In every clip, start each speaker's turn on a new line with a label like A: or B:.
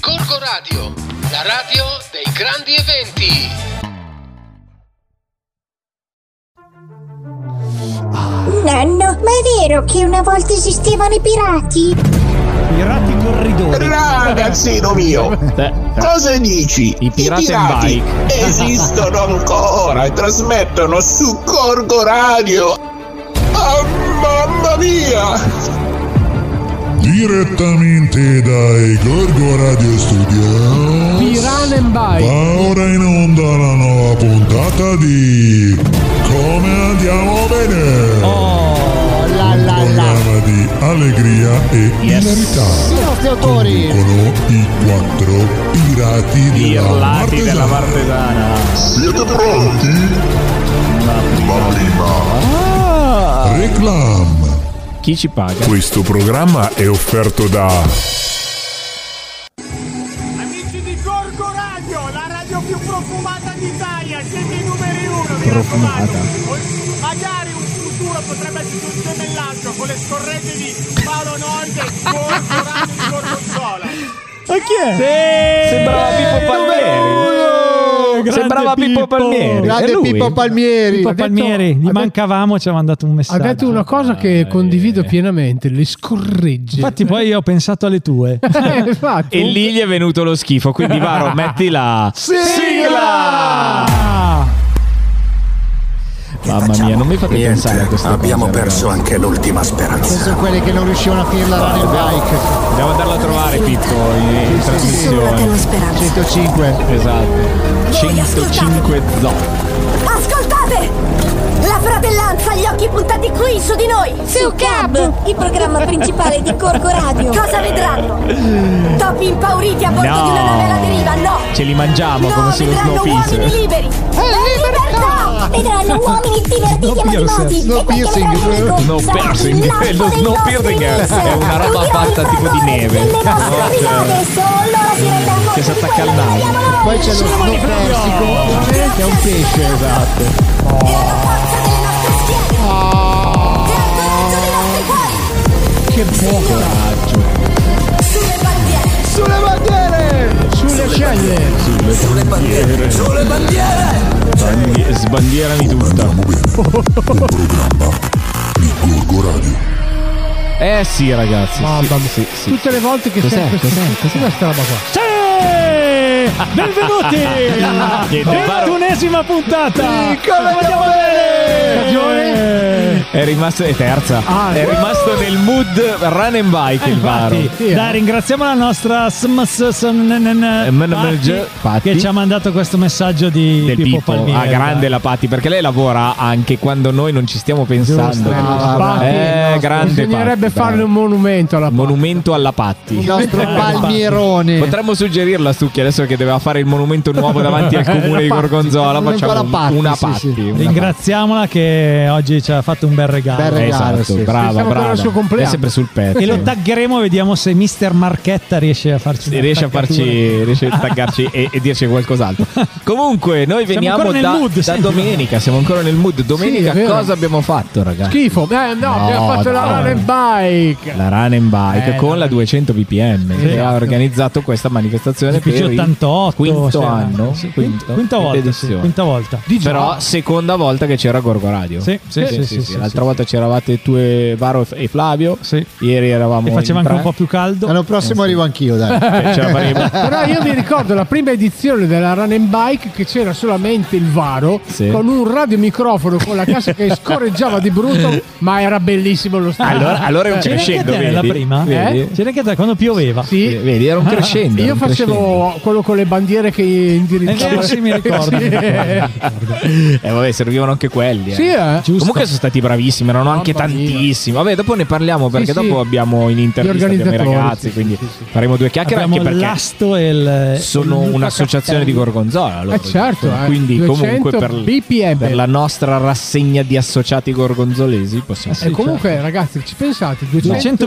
A: Gorgo Radio, la radio dei grandi eventi.
B: Nonno, ma è vero che una volta esistevano i pirati?
C: Pirati corridori.
D: Ragazzino mio, cosa dici?
E: I pirati in
D: esistono ancora e trasmettono su Corgo Radio. Oh, mamma mia!
F: Direttamente dai Gorgo Radio Studio
C: Piranen
F: va
C: by.
F: ora in onda la nuova puntata di Come andiamo bene
C: Oh, la la
F: Un programma di allegria e hilarità
C: nostri autori.
F: Conducono i quattro pirati della
E: Irlati della
F: Martesana
E: Martesana.
F: Siete pronti? La prima Reclam
E: Chi ci paga?
F: Questo programma è offerto da
G: Amici di Gorgo Radio, la radio più profumata d'Italia, siete i numeri uno, vi
E: Profumata.
G: raccomando. O- Magari un futuro potrebbe essere un gemellaggio con le scorrette di Paolo Nord e Gorgo Radio di Gorgonzola.
C: Ma chi è?
E: Sembrava Pippo Palmieri. Sembrava Pippo Palmieri. È
H: Grande
E: lui?
H: Pippo Palmieri.
C: Pippo
H: Ha detto-
C: Palmieri, gli
H: ha detto-
C: mancavamo, ci ha mandato un
H: Ha
C: messaggio.
H: detto una cosa che
E: Dai.
H: condivido pienamente, le scorregge.
C: Infatti poi io ho pensato alle tue.
H: Eh, infatti.
E: E lì gli è venuto lo schifo, quindi Varo, metti la sigla! Mamma mia, non mi fate
I: Niente,
E: pensare a questa
I: Abbiamo
E: cosa,
I: perso anche l'ultima speranza.
H: sono quelli che non riuscivano a finire la running bike
E: ragazzi. Devo andarla a trovare Pippo in, in
B: Solo
E: trasmissione.
B: la speranza.
H: 105.
E: Esatto. 105 zo.
J: Ascoltate! La fratellanza ha gli occhi puntati qui su di noi!
B: Su Cab, il programma principale di Corco Radio.
J: Cosa vedranno? Topi impauriti a bordo di una nave alla deriva, no!
E: Ce li mangiamo
J: No,
E: come se lo
J: vedranno uomini
E: snowpisse.
J: liberi!
H: Eh,
B: libertà! Vedranno uomini divertiti e motivati.
H: Snow
B: e quel che
H: piercing.
B: vedranno in
E: Snow
B: corso sarà il
E: piercing.
B: lampo
E: Lo
B: dei
E: snow
B: nostri
E: piercing è-
B: mix.
E: è una roba
B: Udrò il
E: fatta tipo di
B: favore
E: neve.
B: delle nostre
E: No, cioè. Mm,
B: risate, solo la sirena
E: Che si attacca al naso.
H: Poi c'è lo snow persico, che è un pesce.
E: Esatto. Ah.
H: Che buono. Sulle bandiere! Sulle sceglie!
I: Sulle bandiere, sulle bandiere!
E: Sbandi- Sbandierami tutta.
F: Andiamo bene. Un programma di Gorgo Radio.
E: Eh sì, ragazzi.
H: Mamma mia.
E: Sì, sì.
H: Tutte le volte che
E: Cos'è?
H: stai
E: Cos'è?
H: Cos'è questa roba qua?
C: Benvenuti alla
E: Niente, Varo.
C: 21esima puntata.
H: Stagione?
E: È rimasto è terza.
H: Ah,
E: è
H: sì.
E: rimasto nel mood run and bike il Varo.
C: Infatti,
H: Sì, eh.
C: dai, ringraziamo la nostra sms
E: mm, mm, Patti.
C: che ci ha mandato questo messaggio di
E: Del
C: Pippo
E: Pippo.
C: Palmieri.
E: Ah, grande la Patti perché lei lavora anche quando noi non ci stiamo pensando.
H: Ah, Patti,
E: eh,
H: no,
E: grande
H: Bisognerebbe
E: Patti,
H: farne
E: bravo.
H: un monumento alla Eh,
E: monumento alla Patti.
H: Il nostro
C: monumento alla
H: palmierone.
E: Potremmo suggerirla a Stucchi adesso che doveva fare il monumento nuovo davanti al comune di
H: Eh, Patti,
E: Gorgonzola.
H: monumento
E: Facciamo
H: alla Patti,
E: una
H: sì,
E: Patti.
H: sì.
E: una
C: Ringraziamola che oggi ci ha fatto un bel regalo.
H: Bel
E: Patti.
H: regalo,
E: Esatto,
H: sì, sì.
E: brava,
H: Stiamo
E: brava.
H: ancora al suo
E: È
H: compleanno.
E: sempre sul pezzo.
C: E lo taggeremo e vediamo se Mister Marchetta riesce a farci una
E: riesce a farci
C: attaccatura.
E: riesce a taggarci e, e dirci qualcos'altro comunque noi veniamo
C: ancora nel
E: da,
C: mood,
E: da
C: senti.
E: domenica siamo ancora nel mood domenica
H: Sì, è vero.
E: cosa abbiamo fatto ragazzi
H: Schifo. Eh, no, abbiamo fatto la
E: dai.
H: run and bike.
E: la Run and Bike
C: Eh,
E: con
C: no.
E: la 200 BPM che
C: esatto.
E: ha organizzato questa manifestazione per il
C: PG88
E: quinto
C: sì,
E: anno
C: cioè, sì,
E: quinto,
C: quinta volta sì,
E: edizione.
C: quinta volta
E: però seconda volta che c'era Gorgo Radio
C: Sì, sì, sì, sì, sì,
E: l'altra
C: sì.
E: volta c'eravate tu e Varo e- e Flavio
C: Sì.
E: ieri eravamo
C: e faceva
E: in
C: anche
E: tre.
C: un po' più
E: Ah,
C: caldo
H: L'anno prossimo arrivo anch'io, dai.
E: Eh, ce la faremo
H: Però io mi ricordo la prima edizione della Run and Bike che c'era solamente il Varo
E: Sì.
H: con un radiomicrofono con la cassa che scorreggiava di brutto, ma era bellissimo lo stadio.
E: allora, allora è un
C: c'era anche
E: crescendo
C: te la
E: vedi?
C: prima
E: Vedi?
C: Eh? c'era anche te quando pioveva
E: Eh,
H: Sì.
E: Vedi, era un crescendo. era
H: Io
E: un
H: facevo quello con le bandiere che
C: è vero
H: indirizzavo.
C: Eh, sì mi ricordo
H: Sì.
E: crescendo. Eh, vabbè, servivano anche quelli. eh.
H: Sì, eh.
C: Giusto.
E: Comunque sono stati bravissimi, erano anche
H: Mamma mia.
E: tantissimi. Vabbè, dopo ne parliamo perché
H: sì.
E: dopo abbiamo in intervista
H: Gli
E: abbiamo i
H: organizzatori,
E: ragazzi,
H: sì,
E: quindi
H: sì, sì.
E: faremo due chiacchiere
C: abbiamo
E: anche perché
C: l'asto e il
E: sono
C: e il Luca
E: un'associazione di
C: Castelli.
E: Gorgonzola. loro.
H: Eh, certo, eh.
E: quindi
H: 200
E: comunque per,
H: BPM.
E: per la nostra rassegna di associati gorgonzolesi possiamo
H: E Eh,
E: certo.
H: comunque, ragazzi, ci pensate? 200,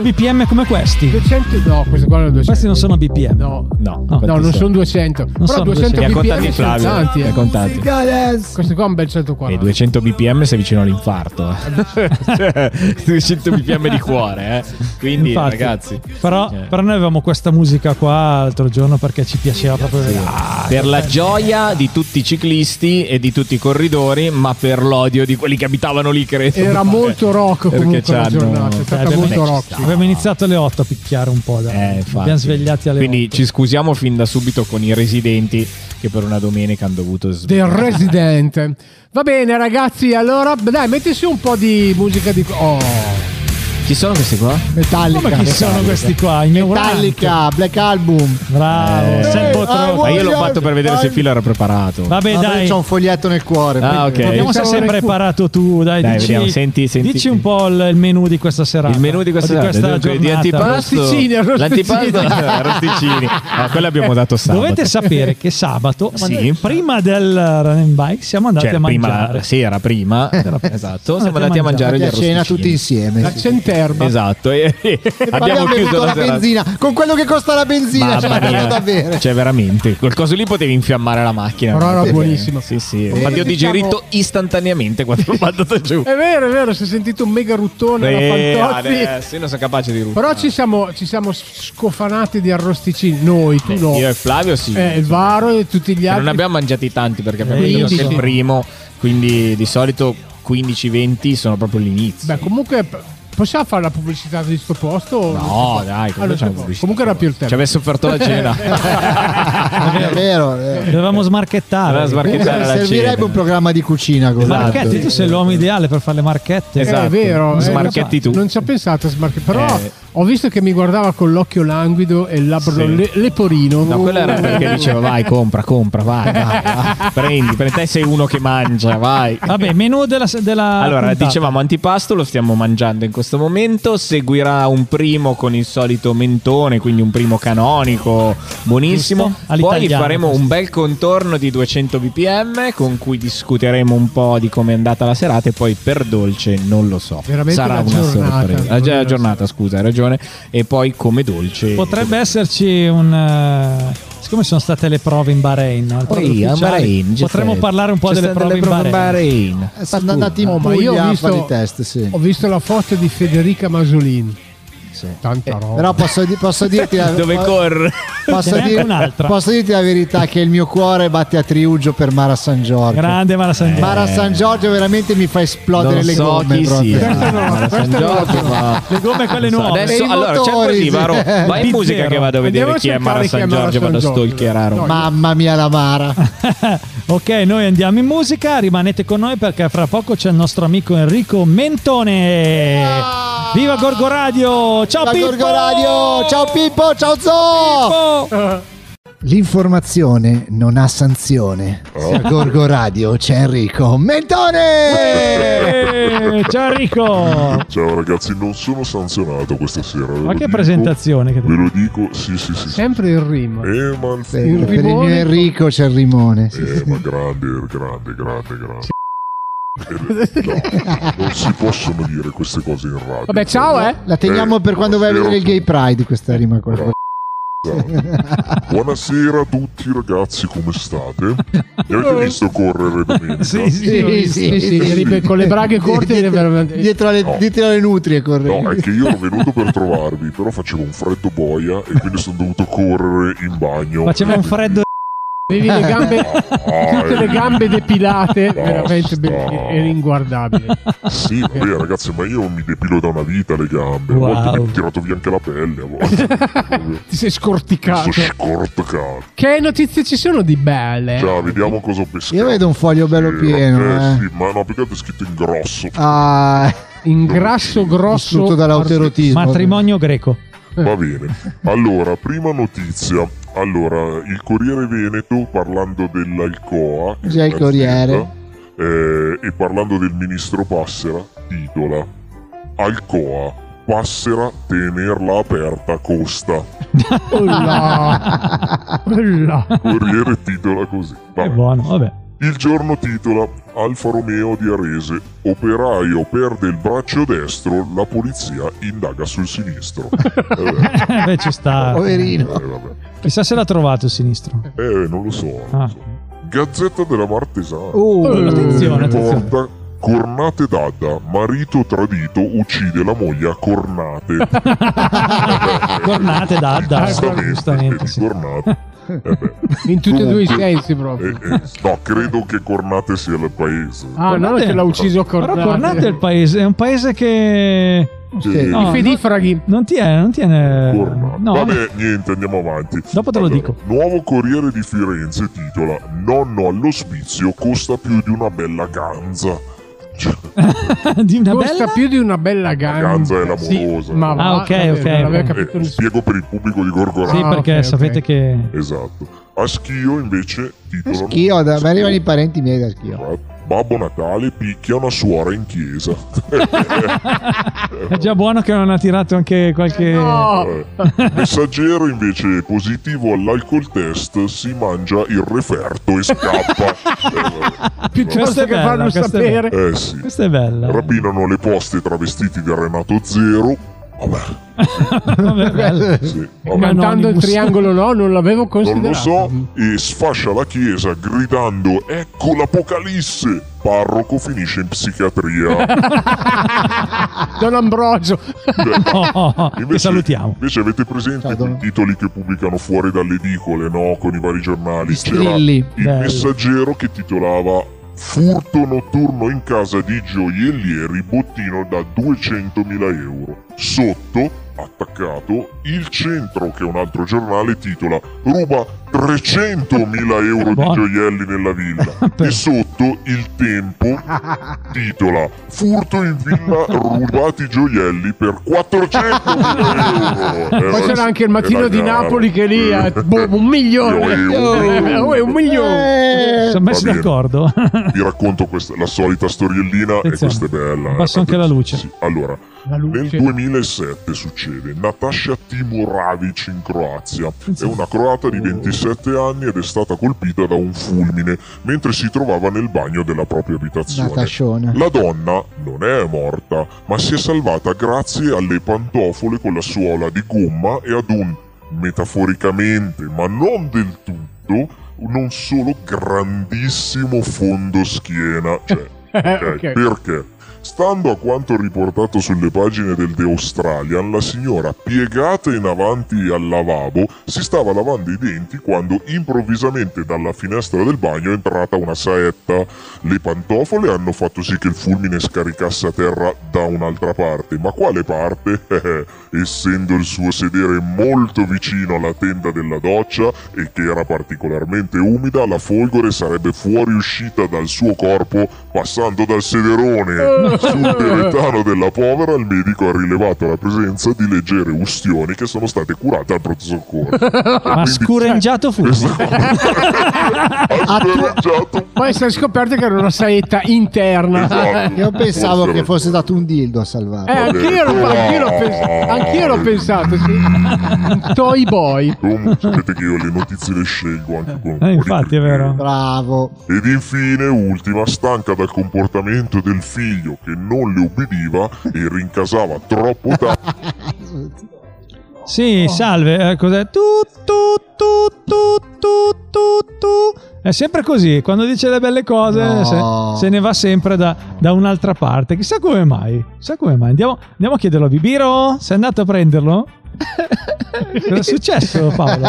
C: 200 bpm come questi
H: 200 no, questi qua erano 200.
C: questi non sono bpm
H: No,
E: No,
C: No,
E: quanti
H: no non sono 200.
C: Non
H: Però
C: sono
H: 200
E: Li ha
H: bpm
E: contati
H: sono
E: Flavio.
H: tanti,
E: Li ha
H: eh.
E: contati.
H: Questo qua è un bel
E: E
H: 140.
E: 200 bpm sei vicino all'infarto. eh. Cioè, 200 bpm di cuore, eh. Quindi
C: Infatti.
E: ragazzi,
C: Però,
E: Eh.
C: però noi avevamo questa musica qua l'altro giorno perché ci piaceva proprio. Ah,
E: per
H: eh.
E: la gioia di tutti i ciclisti e di tutti i corridori, ma per l'odio di quelli che abitavano lì, credo.
H: Era molto rock
E: Perché
H: comunque la
E: c'hanno-
H: giornata. È
C: Cioè,
H: stata
C: abbiamo-
H: molto rock.
C: Abbiamo iniziato alle 8 a picchiare un po'. Dai.
E: Eh,
C: Ci
E: infatti.
C: abbiamo svegliati alle
E: Quindi
C: 8.
E: ci scusiamo fin da subito con i residenti che per una domenica hanno dovuto
H: The
E: svegliare.
H: Resident. Va bene, ragazzi. Allora, dai, metti su un po' di musica di. Oh,
E: Chi sono questi qua? Ah,
K: Metallica.
C: Ma chi sono questi qua? I
K: Metallica, Black Album.
C: Bravo.
E: Eh, Ah,
C: Sam
K: eh,
C: Potrocco.
E: Ma io l'ho
K: Voglio-
E: fatto per vedere se il filo era preparato.
C: Vabbè,
K: Vabbè,
C: dai.
K: C'ho un foglietto nel cuore.
E: Ah,
K: quindi-
E: ok.
C: Vediamo se
H: Pensavo
C: sei
H: nel cu-
C: preparato tu. Dai,
E: Dai,
C: dici,
E: vediamo, senti- senti-
C: dici un po' il, il menù di questa serata.
E: Il menù di questa,
C: O di questa
E: serata, dunque, di
C: giornata.
E: antipasto,
H: Arrosticini, arrosticini.
E: l'antipasto, eh, arrosticini. Ah, quello abbiamo dato sabato.
C: Dovete sapere che sabato,
E: Sì.
C: prima del run and bike, siamo andati
E: cioè,
C: a
E: prima
C: mangiare.
E: la sera prima,
K: Eh.
E: era-
K: Ah,
E: esatto, siamo
C: Andate
E: andati a mangiare gli
K: a cena
E: arrosticini.
K: tutti insieme.
H: la centerba.
E: Esatto, e, e abbiamo chiuso
K: bevuto
E: la
K: la
E: serata.
K: benzina. Con quello che costa la benzina, ce
E: Mamma
K: l'abbiamo
E: mia,
K: da bere.
E: cioè veramente quel coso lì potevi infiammare la macchina.
H: Però era
E: Sì,
H: buonissimo.
E: Sì, sì.
K: Eh,
E: Infatti, ho
K: diciamo-
E: digerito istantaneamente quando l'ho mandato giù.
H: È vero, è vero, si è sentito un mega ruttone
E: Eh,
H: alla Fantozzi.
E: adesso io non sono capace di ruttare.
H: Però ci siamo, ci siamo scofanati di arrosticini. Noi, tu
E: Beh,
H: no.
E: Io e Flavio sì.
H: Eh, il Varo e tutti gli
E: Che Mm.
H: altri.
E: Eh,
H: Eh,
E: non abbiamo mangiati tanti perché abbiamo preso anche il
H: 15.
E: primo, quindi di solito 15-20 sono proprio l'inizio.
H: Beh, comunque, p- possiamo fare la pubblicità di sto posto?
E: no, dai, comunque,
H: Allora,
E: c'è una
H: dopo.
E: pubblicità.
H: Comunque era più il tempo.
E: Ci avesse offerto la cena.
K: È vero. eh.
C: Dovevamo smarchettare.
E: Doveva smarchettare la
K: Servirebbe
E: cena.
K: un programma di cucina così.
C: Marchetti, tu sei l'uomo ideale per fare le marchette.
E: Esatto.
H: È vero, eh,
E: Smarchetti
H: non so-
E: tu.
H: Non ci ho pensato a smarchetti, però
E: Eh.
H: ho visto che mi guardava con l'occhio languido e il labbro
E: Sì.
H: le- leporino. Eh.
E: No, quello era perché diceva vai, compra, compra, vai, vai, vai. prendi, per te sei uno che mangia, vai.
C: Vabbè, menù della, della
E: Allora,
C: Ah, puntata.
E: dicevamo antipasto, lo stiamo mangiando in questo momento, seguirà un primo con il solito mentone, quindi un primo canonico, buonissimo.
C: Giusto?
E: Poi
C: All'italiano
E: faremo
C: questo.
E: un bel contorno di 200 bpm con cui discuteremo un po' di come è andata la serata e poi per dolce non lo so.
H: Veramente
E: Sarà
H: la
E: una sorpresa. La,
H: giornata,
E: gi- la
H: giornata.
E: giornata, scusa, hai ragione. E poi come dolce...
C: Potrebbe esserci un. eh, siccome sono state le prove in Bahrain, no? Il
E: Poi,
C: proprio
E: a
C: ufficiale,
E: Bahrain, ci
C: potremmo
E: stai-
C: parlare un po'
E: ci
C: delle
E: stanno
C: prove,
E: le prove
C: in Bahrain.
E: in Bahrain.
K: Eh, Sono andati in
H: Oh, ma
K: Puglia
H: io ho
K: a fare i
H: visto,
K: test, sì.
H: ho visto la foto di Federica Masolin.
K: Sì. Eh,
H: Tanta roba.
K: Però posso, di- posso dirti la,
E: Dove
K: po-
E: corre?
K: posso,
C: Ce n'è
K: dir-
C: anche un'altra.
K: posso dirti la verità che il mio cuore batte a triugio per Mara San Giorgio.
C: Grande Mara San
E: Eh.
C: Giorgio.
K: Mara San Giorgio veramente mi fa esplodere
E: non
K: le
E: so
K: gomme
E: chi
K: proprio.
E: sia.
H: Questa no,
E: San
H: questa no.
E: Giorgio, ma-
C: Le gomme quelle
E: Non so,
C: nuove.
E: Adesso,
K: i
E: allora, c'è
K: motori,
E: così,
K: sì.
E: Varo. Vai in
C: Di
E: musica
C: zero.
E: che vado a
H: Andiamo
E: vedere
H: a
E: chi è
H: cercare
E: Mara
H: chi è
E: San
H: Mara
E: Giorgio,
H: San
E: vado a
H: Giorgio.
E: stalkerare un
H: No,
E: po'.
K: Mamma mia la Mara.
C: ok, noi andiamo in musica, rimanete con noi perché fra poco c'è il nostro amico Enrico Mentone. Viva Gorgo Radio! Ciao
K: Ah! La
C: Pippo!
K: Gorgo Radio. Ciao Pippo, ciao Zo.
C: Pippo!
K: L'informazione non ha sanzione.
F: Oh.
K: A Gorgo Radio c'è Enrico Mentone.
C: Eh, Ciao Enrico!
F: Ciao ragazzi, non sono sanzionato questa sera.
C: Ma che presentazione che
F: Ve lo dico, sì, sì, sì. sì.
H: Sempre il rim.
F: Eh, ma il
K: Per,
H: Il
K: per il mio
H: rimone.
K: Enrico c'è il rimone. Sì.
F: Eh, ma grande, grande, grande, grande. Eh, No, non si possono dire queste cose in radio.
H: Vabbè, ciao, eh.
K: La teniamo
F: Eh,
K: per quando vai a vedere il
F: vero.
K: Gay Pride questa rima qua.
F: Oh. Buonasera a tutti ragazzi, come state? Mi avete visto correre domenica?
C: Sì, sì,
K: Sì,
F: Eh,
C: ho visto.
K: sì,
H: Sì, sì,
K: sì.
H: ripe- con le braghe corte
K: Dietro-
H: veramente-
K: dietro alle,
F: No.
K: dietro alle nutrie corre.
F: No, è che io ero venuto per trovarvi, però facevo un freddo boia e quindi sono dovuto correre in bagno.
C: Faceva un freddo
H: Avevi le gambe,
F: Ah,
H: tutte le
F: eh.
H: gambe
K: Oh,
H: depilate,
F: Basta.
H: veramente be- era inguardabile.
F: Sì, vabbè ragazzi, ma io mi depilo da una vita le gambe. A volte
C: Wow.
F: mi ho tirato via anche la pelle, a volte.
H: Ti sei
F: Sto
H: scorticato.
F: scorto cazzo.
H: Che notizie ci sono di belle?
F: Già, vediamo cosa ho pescato.
K: Eh. Io vedo un foglio bello
F: Eh,
K: pieno.
F: vabbè,
K: Eh.
F: sì, ma no, perché è scritto in grosso.
K: Ah,
H: In grasso grosso
K: tutto dall'autoerotismo.
C: matrimonio greco.
K: Ah.
F: Va bene. Allora, prima notizia. Allora, il Corriere Veneto parlando dell'Alcoa. che
K: Già
F: è
K: il Corriere.
F: un'azienda, eh, e parlando del ministro Passera, titola Alcoa. Passera tenerla aperta costa.
H: Oh là. Oh là.
F: Corriere titola così.
C: Che
F: Vabbè.
C: buono, Eh, vabbè.
F: Il giorno titola Alfa Romeo di Arese. Operaio perde il braccio destro, la polizia indaga sul sinistro. Eh,
C: Eh, beh, ci sta.
K: Poverino.
F: Eh, vabbè.
C: Chissà se l'ha trovato il sinistro.
F: Eh, non lo so.
C: Ah.
F: Gazzetta della Martesana.
C: Oh, attenzione, attenzione.
F: Porta Cornate d'Adda, marito tradito, uccide la moglie a cornate.
C: Ah, Cornate d'Adda.
F: Giustamente,
C: Giustamente,
F: vedi, cornate.
H: In tutti e due i
F: Dunque,
H: sensi proprio.
F: Eh, eh, no, credo che Cornate sia il paese.
H: Ah, no,
C: Cornate-
H: che l'ha ucciso Cornate.
C: Però Cornate è il paese, è un paese che...
F: Sì.
C: No,
H: I
C: non,
H: fedifraghi.
C: non tiene, non tiene...
F: Cornate.
C: Eh, No,
F: Vabbè, niente, andiamo avanti.
C: dopo te lo dico.
F: Nuovo Corriere di Firenze titola Nonno all'ospizio costa più di una bella ganza. Eh,
C: di una
H: Costa
C: bella...
H: più di una bella ganza.
F: Ganza è l'amorosa.
H: Sì, ma va,
C: Ah, ok,
H: vabbè,
C: ok.
H: Non aveva
C: Eh,
F: Eh,
H: capito nessuno.
F: spiego per il pubblico di Gorgorano.
C: Sì,
H: Ah,
C: perché
H: ok, ok.
C: sapete che...
F: Esatto. A Schio invece titolano
K: Schio, da me arrivano i
F: Schio.
K: parenti miei da schio.
F: Babbo Natale picchia una suora in chiesa.
C: È già buono che non ha tirato anche qualche...
H: No,
F: Eh. Messaggero invece positivo all'alcol test si mangia il referto e scappa.
H: piuttosto
C: Questa è
H: che
C: bella,
H: farlo
C: questa è
H: sapere.
F: eh sì.
C: Questa è bella.
F: Rapinano le poste travestiti da Renato Zero. Vabbè,
C: Vabbè, bella.
F: sì, vabbè.
H: Cantando il
C: Anonymous.
H: triangolo no, non l'avevo
F: Non lo
H: considerato.
F: so, e sfascia la chiesa gridando: Ecco l'apocalisse! Parroco finisce in psichiatria.
H: Don Ambrogio.
C: Oh, oh, oh, che
F: Invece- Eh,
C: salutiamo.
F: Invece avete presente
K: Ciao,
F: quei
K: Don-
F: titoli che pubblicano fuori dalle edicole, no? Con i vari giornali. C'era il
K: Strilli.
C: Bello.
F: messaggero che titolava Furto notturno in casa di gioiellieri, bottino da 200.000 euro. Sotto, attaccato, il centro, che è un altro giornale, titola Ruba 300.000 euro di
C: Buono.
F: gioielli nella villa. e sotto, il tempo, titola Furto in villa, rubati gioielli per 400.000 euro. Eh,
H: Poi
F: Era-
H: c'era anche il mattino
F: era
H: di
F: chiaro.
H: Napoli che lì ha boh, un milione.
F: Eh, Io-
H: Oh, è un milione.
K: Eh,
C: Sono messi
F: va bene.
C: d'accordo.
F: vi racconto questa, la solita storiellina e
C: Attenzione.
F: questa è bella. eh.
C: Basso anche la luce.
F: Sì. Allora,
H: La
F: nel
H: luce.
F: 2007 succede Natasha Timoravic in Croazia. È una croata di 27 anni ed è stata colpita da un fulmine mentre si trovava nel bagno della propria abitazione.
K: Natascione.
F: La donna non è morta, ma si è salvata grazie alle pantofole con la suola di gomma e ad un, metaforicamente, ma non del tutto, non solo grandissimo fondo schiena. Cioè, ok,
H: Ok.
F: Perché? Stando a quanto riportato sulle pagine del The Australian, la signora, piegata in avanti al lavabo, si stava lavando i denti quando improvvisamente dalla finestra del bagno è entrata una saetta. Le pantofole hanno fatto sì che il fulmine scaricasse a terra da un'altra parte, ma quale parte? Eh, Essendo il suo sedere molto vicino alla tenda della doccia e che era particolarmente umida, la folgore sarebbe fuoriuscita dal suo corpo passando dal sederone sul deretano della povera. Il medico ha rilevato la presenza di leggere ustioni che sono state curate al pronto soccorso.
C: Ma scureggiato fu.
F: Questa cosa ha scorreggiato
H: Poi si è scoperto che era una saetta interna.
F: Esatto.
K: Io pensavo
F: Forse
K: che
F: era-
K: fosse dato un dildo a salvare.
H: Eh, anch'io, l'ho- anch'io l'ho pensato, anch'io l'ho pensato, sì. Un Toy boy.
F: Comunque, sapete che io le notizie le scelgo anche con un po'
C: Eh,
F: di
C: infatti, è
F: criterio.
C: vero.
K: Bravo.
F: Ed infine, ultima, stanca dal comportamento del figlio che non le ubbidiva e rincasava troppo tanto.
E: Oh.
C: Sì, salve. eh, cos'è? Tu, tu, tu, tu, tu, tu, tu. È sempre così. Quando dice le belle cose,
K: No.
C: se, se ne va sempre da, da un'altra parte. Chissà come mai. Chissà come mai. Andiamo, andiamo a chiederlo a Bibiro. Sei andato a prenderlo? Cosa è successo, Paolo?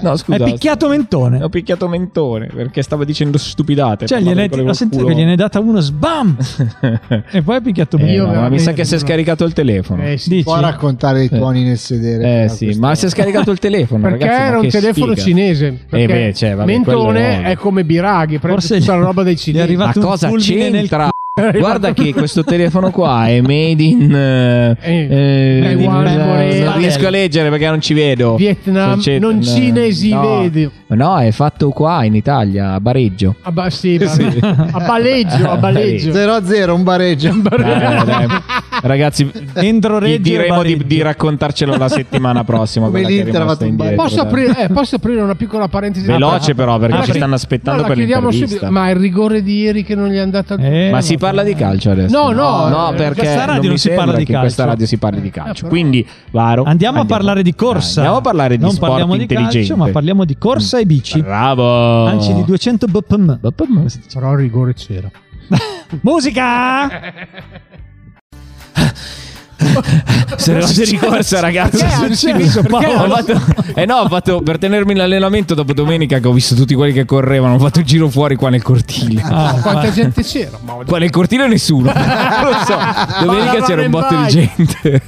E: No,
C: È
E: scusa.
C: picchiato mentone.
E: Ho picchiato mentone perché stava dicendo stupidate.
C: Cioè,
E: parlavo
C: gliene,
E: di
C: ho sentito che gliene hai data uno sbam
E: quello-
C: e poi ha picchiato
E: Eh,
C: me.
E: no, ma mi sa
H: veramente
E: che si è
H: no.
E: scaricato il telefono. Eh,
H: Eh, sì.
C: Dici?
K: Può raccontare i tuoni nel sedere.
E: sì, ma si è scaricato il telefono.
H: Perché
E: ragazzi, ma
H: era un
E: che
H: telefono
E: sfiga.
H: cinese. Perché
E: Eh beh, cioè, vabbè,
H: Mentone
E: quello no.
H: è come Biraghi, prende
C: Forse
H: tutta
C: gli-
H: la roba dei
C: gli è
H: cinesi.
E: Ma
C: arrivato un
E: cosa
C: fulmine nel
E: c'entra?
C: c***o.
E: Guarda che questo telefono qua è made in... eh,
H: Eh,
E: eh,
H: Taiwan,
E: in-
H: Corea.
E: non riesco a leggere perché non ci vedo.
H: Vietnam,
E: C'è-
H: non
E: eh,
H: cinesi
E: no.
H: vedi.
E: No, è fatto qua in Italia, a Bareggio.
H: A, ba- sì, ma- a baleggio, a
E: A
H: baleggio.
K: 0 a 0, un bareggio.
E: Eh, dai. Ragazzi,
C: Endro
E: gli
C: Reggio
E: diremo
C: e Eh,
E: di,
C: Bareggio.
E: di raccontarcelo la settimana prossima.
C: Come
E: quella che è
C: l'Inter ha
E: rimasta
C: fatto un
E: indietro,
H: Posso
E: dai.
H: aprire, eh, posso aprire una piccola parentesi?
E: Veloce però, perché ci
H: sì.
E: stanno aspettando
H: la
E: per
H: chiudiamo
E: l'intervista.
H: Ma il rigore di ieri che non gli è andato
C: Eh.
H: al
E: Ma si parla di calcio adesso?
H: Eh, No, no,
E: no,
H: eh,
E: perché
H: questa radio
E: mi
H: non si
E: sembra
H: parla di
E: che in questa
H: calcio. Eh,
E: radio si parli di calcio. Quindi, Varo,
C: Andiamo, a parlare di corsa.
E: Andiamo a parlare di
C: non
E: sport
C: parliamo di
E: intelligente.
C: calcio, ma parliamo di corsa e bici.
E: Bravo.
C: Anzi, di 200 bpm.
H: Però il rigore c'era.
C: Musica!
E: Se eravate di corsa, ragazzi. Ho fatto- eh no, ho fatto per tenermi in allenamento dopo domenica che ho visto tutti quelli che correvano. Ho fatto il giro fuori qua nel cortile.
H: Ah. Quanta gente c'era? Ma
E: Qua nel cortile nessuno. non lo so. Domenica c'era un botto di gente.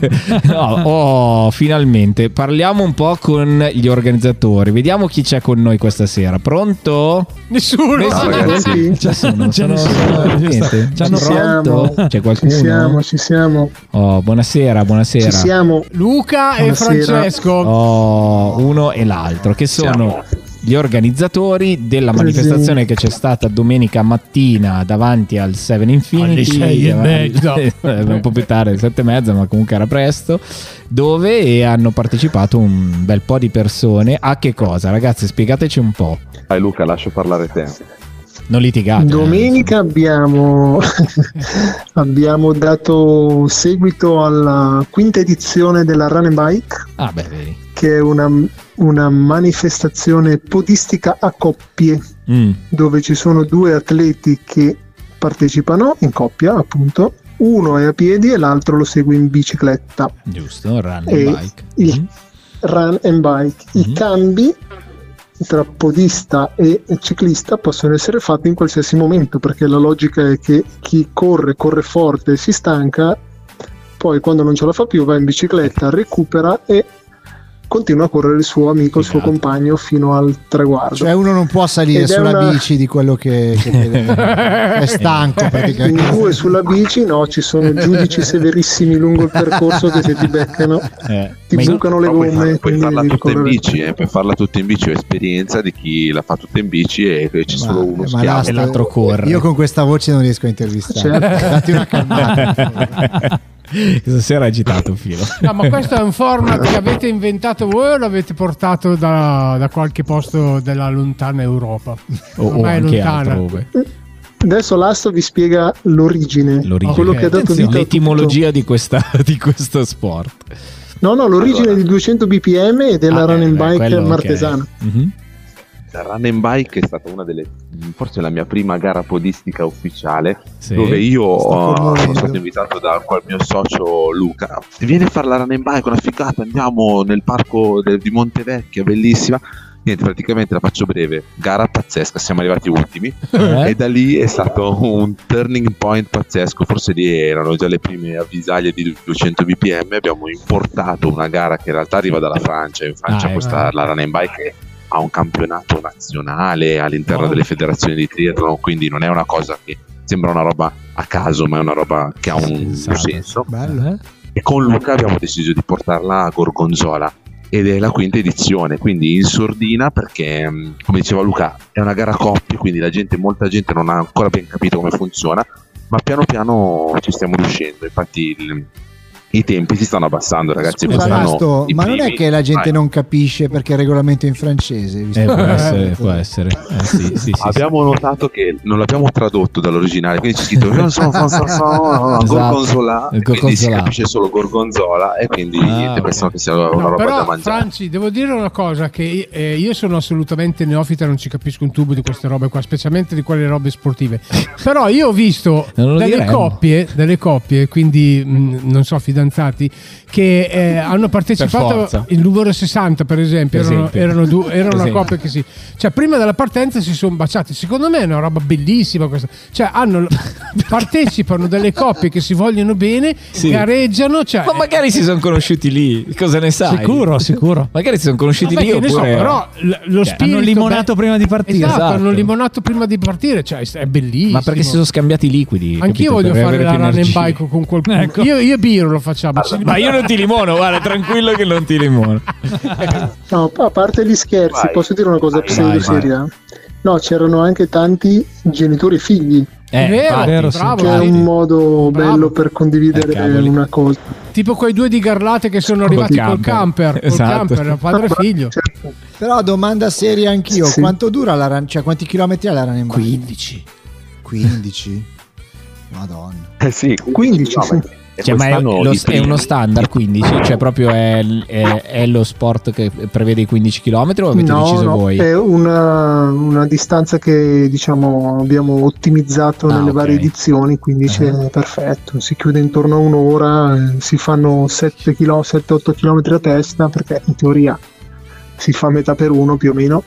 E: No, oh, finalmente. Parliamo un po' con gli organizzatori. Vediamo chi c'è con noi questa sera. Pronto?
H: Nessuno.
E: Nessuno, ragazzi. C'è sono, sono, sono- niente.
L: Ci siamo.
E: Pronto? C'è qualcuno?
L: Ci siamo, ci siamo.
E: Oh, buonasera, buonasera.
L: Ci siamo.
H: Luca e
E: Buonasera.
H: Eh, Francesco.
E: Oh, uno e l'altro, che sono gli organizzatori della
H: Presenti.
E: manifestazione che c'è stata domenica mattina davanti al Seven Infinity.
H: Alle sei e
E: davanti-
H: mezza.
E: Eh, un po' più tardi, alle sette e mezza, ma comunque era presto. Dove hanno partecipato un bel po' di persone. A che cosa, ragazzi? Spiegateci un po'.
M: Dai Luca, lascio parlare te.
E: Non litigate. eh.
L: Domenica abbiamo, abbiamo dato seguito alla quinta edizione della Run and Bike,
E: Ah, beh, vedi.
L: che è una, una manifestazione podistica a coppie,
E: Mm.
L: dove ci sono due atleti che partecipano in coppia, appunto. Uno è a piedi e l'altro lo segue in bicicletta.
E: Giusto, run and
L: E
E: bike. Mm-hmm.
L: il run and bike. I cambi tra podista e ciclista possono essere fatti in qualsiasi momento perché la logica è che chi corre, corre forte e si stanca, poi quando non ce la fa più va in bicicletta, recupera e continua a correre il suo amico, il
E: Esatto.
L: suo compagno fino al traguardo.
K: Cioè uno non può salire
L: Ed è
K: sulla
L: una-
K: bici di quello che, che vede. è stanco praticamente.
L: In due sulla bici no, ci sono giudici severissimi lungo il percorso che se ti beccano
E: Eh,
L: ti
M: Ma io-
L: bucano le
M: però puoi
L: gomme.
M: far- Puoi
L: quindi
M: farla
L: devi
M: tutta in
L: correre.
M: bici, eh, puoi farla tutta in bici, ho esperienza di chi l'ha fatta tutta in bici e e c'è solo uno
K: Ma
M: schiavo
K: basta, Io con questa voce non riesco a intervistare.
M: Certo.
K: Datti una calmata.
E: Questa sera è agitato un filo.
H: No, ma questo è un format che avete inventato voi o l'avete portato da, da qualche posto della lontana Europa?
E: O- o
H: Ormai è
E: anche
H: lontana.
E: altrove.
L: Adesso Lasso vi spiega l'origine,
E: L'origine.
L: quello che ha dato
E: Attenzione,
L: vita a tutto.
E: l'etimologia di, questa, di questo sport.
L: No, no, l'origine di 200 bpm e della
M: Ah,
L: run and
M: beh,
L: bike
M: quello, ok.
L: martesana.
E: Mm-hmm.
M: La Run and Bike è stata una delle forse la mia prima gara podistica ufficiale
E: Sì. Eh?
M: dove io
E: Sto
M: uh,
E: commuovendo.
M: sono stato invitato dal qual mio socio Luca vieni a fare la Run and Bike una figata andiamo nel parco de- di Montevecchia bellissima niente praticamente la faccio breve gara pazzesca siamo arrivati ultimi
E: Eh?
M: e da lì è stato un turning point pazzesco forse lì erano già le prime avvisaglie di 200 bpm abbiamo importato una gara che in realtà arriva dalla Francia in Francia
E: Ah, eh,
M: questa la Run and Bike è ha un campionato nazionale all'interno
E: Oh.
M: delle federazioni di triathlon, quindi non è una cosa che sembra una roba a caso, ma è una roba che ha un
E: esatto.
M: senso.
K: eh?
M: E con Luca abbiamo deciso di portarla a Gorgonzola ed è la quinta edizione, quindi in sordina perché, mh, come diceva Luca, è una gara a coppie, quindi la gente, molta gente non ha ancora ben capito come funziona, ma piano piano ci stiamo riuscendo, infatti il- i tempi si stanno abbassando ragazzi.
K: Scusa,
M: quest'anno
K: Rasto,
M: i
K: ma non è
M: primi-
K: che la gente
M: Vai.
K: non capisce perché il regolamento è in francese? visto
E: Eh, può
K: che-
E: essere, può essere. Eh, sì, sì, sì.
M: abbiamo notato che non l'abbiamo tradotto dall'originale, quindi c'è scritto non so, so, so, so,
E: Esatto.
M: Gorgonzola,
E: Il
M: e quindi si
E: gorgonzola.
M: capisce solo Gorgonzola e quindi
K: Ah,
M: niente, pensano che sia una
H: No,
M: roba da
H: però
M: mangiare.
H: Franci, devo dire una cosa che eh, io sono assolutamente neofita, non ci capisco un tubo di queste robe qua, specialmente di quelle robe sportive. Però io ho visto
E: Non lo
H: delle
E: diremmo.
H: coppie, delle coppie, quindi mh, non so, fidanzati che eh, hanno partecipato
E: forza.
H: il numero 60, per esempio,
E: Per
H: erano,
E: esempio.
H: erano due- era
E: Per
H: una
E: esempio.
H: coppia che si cioè prima della partenza si sono baciati. Secondo me è una roba bellissima questa. Cioè hanno partecipano delle coppie che si vogliono bene,
E: Sì.
H: gareggiano, cioè
E: Ma magari si sono conosciuti lì, cosa ne sai?
C: Sicuro, sicuro.
E: Magari si sono conosciuti
H: Vabbè,
E: lì
H: che ne so,
E: oppure...
H: però l- lo
E: Cioè,
H: spirito
C: Hanno limonato
H: beh,
C: prima di partire.
H: Esatto, hanno limonato prima di partire, cioè è bellissimo.
E: Ma perché si sono scambiati i liquidi?
H: Anch'io
E: capito?
H: voglio
E: Per
H: fare
E: avere
H: la
E: più
H: run and
E: energia.
H: bike con qualcuno.
E: Ecco. Ah,
H: Io, io e Biro lo facciamo. Ci-
E: Ma io non ti limono, guarda, tranquillo che non ti limono.
L: No, a parte gli scherzi,
E: Vai.
L: posso dire una cosa
E: Vai,
L: pseudo
E: vai,
L: seria? No, c'erano anche tanti genitori e figli
E: Eh,
H: vero,
E: vero, sì,
H: bravo.
L: che è un
H: vedi.
L: modo bello per condividere
E: cavoli.
L: una cosa.
H: Tipo quei due di Garlate che sono arrivati col camper, col
E: Esatto.
H: camper, padre e figlio.
L: Certo.
K: Però domanda seria anch'io,
H: Sì.
K: quanto dura la run, cioè quanti chilometri ha la run 15. 15? Madonna.
M: Eh sì,
L: 15.
K: E
E: Cioè, ma è,
K: quest'anno
E: lo-
K: di
E: è
K: prima.
E: uno standard 15? Cioè, proprio è, è- è lo sport che prevede i 15 km o avete
L: No,
E: deciso
L: no,
E: voi?
L: è una, una distanza che diciamo abbiamo ottimizzato
E: Ah,
L: nelle
E: ok.
L: varie edizioni, quindi
K: eh,
L: c'è perfetto. Si chiude intorno a un'ora, eh, si fanno 7 km, 7-8 km a testa perché in teoria si fa metà per uno più o meno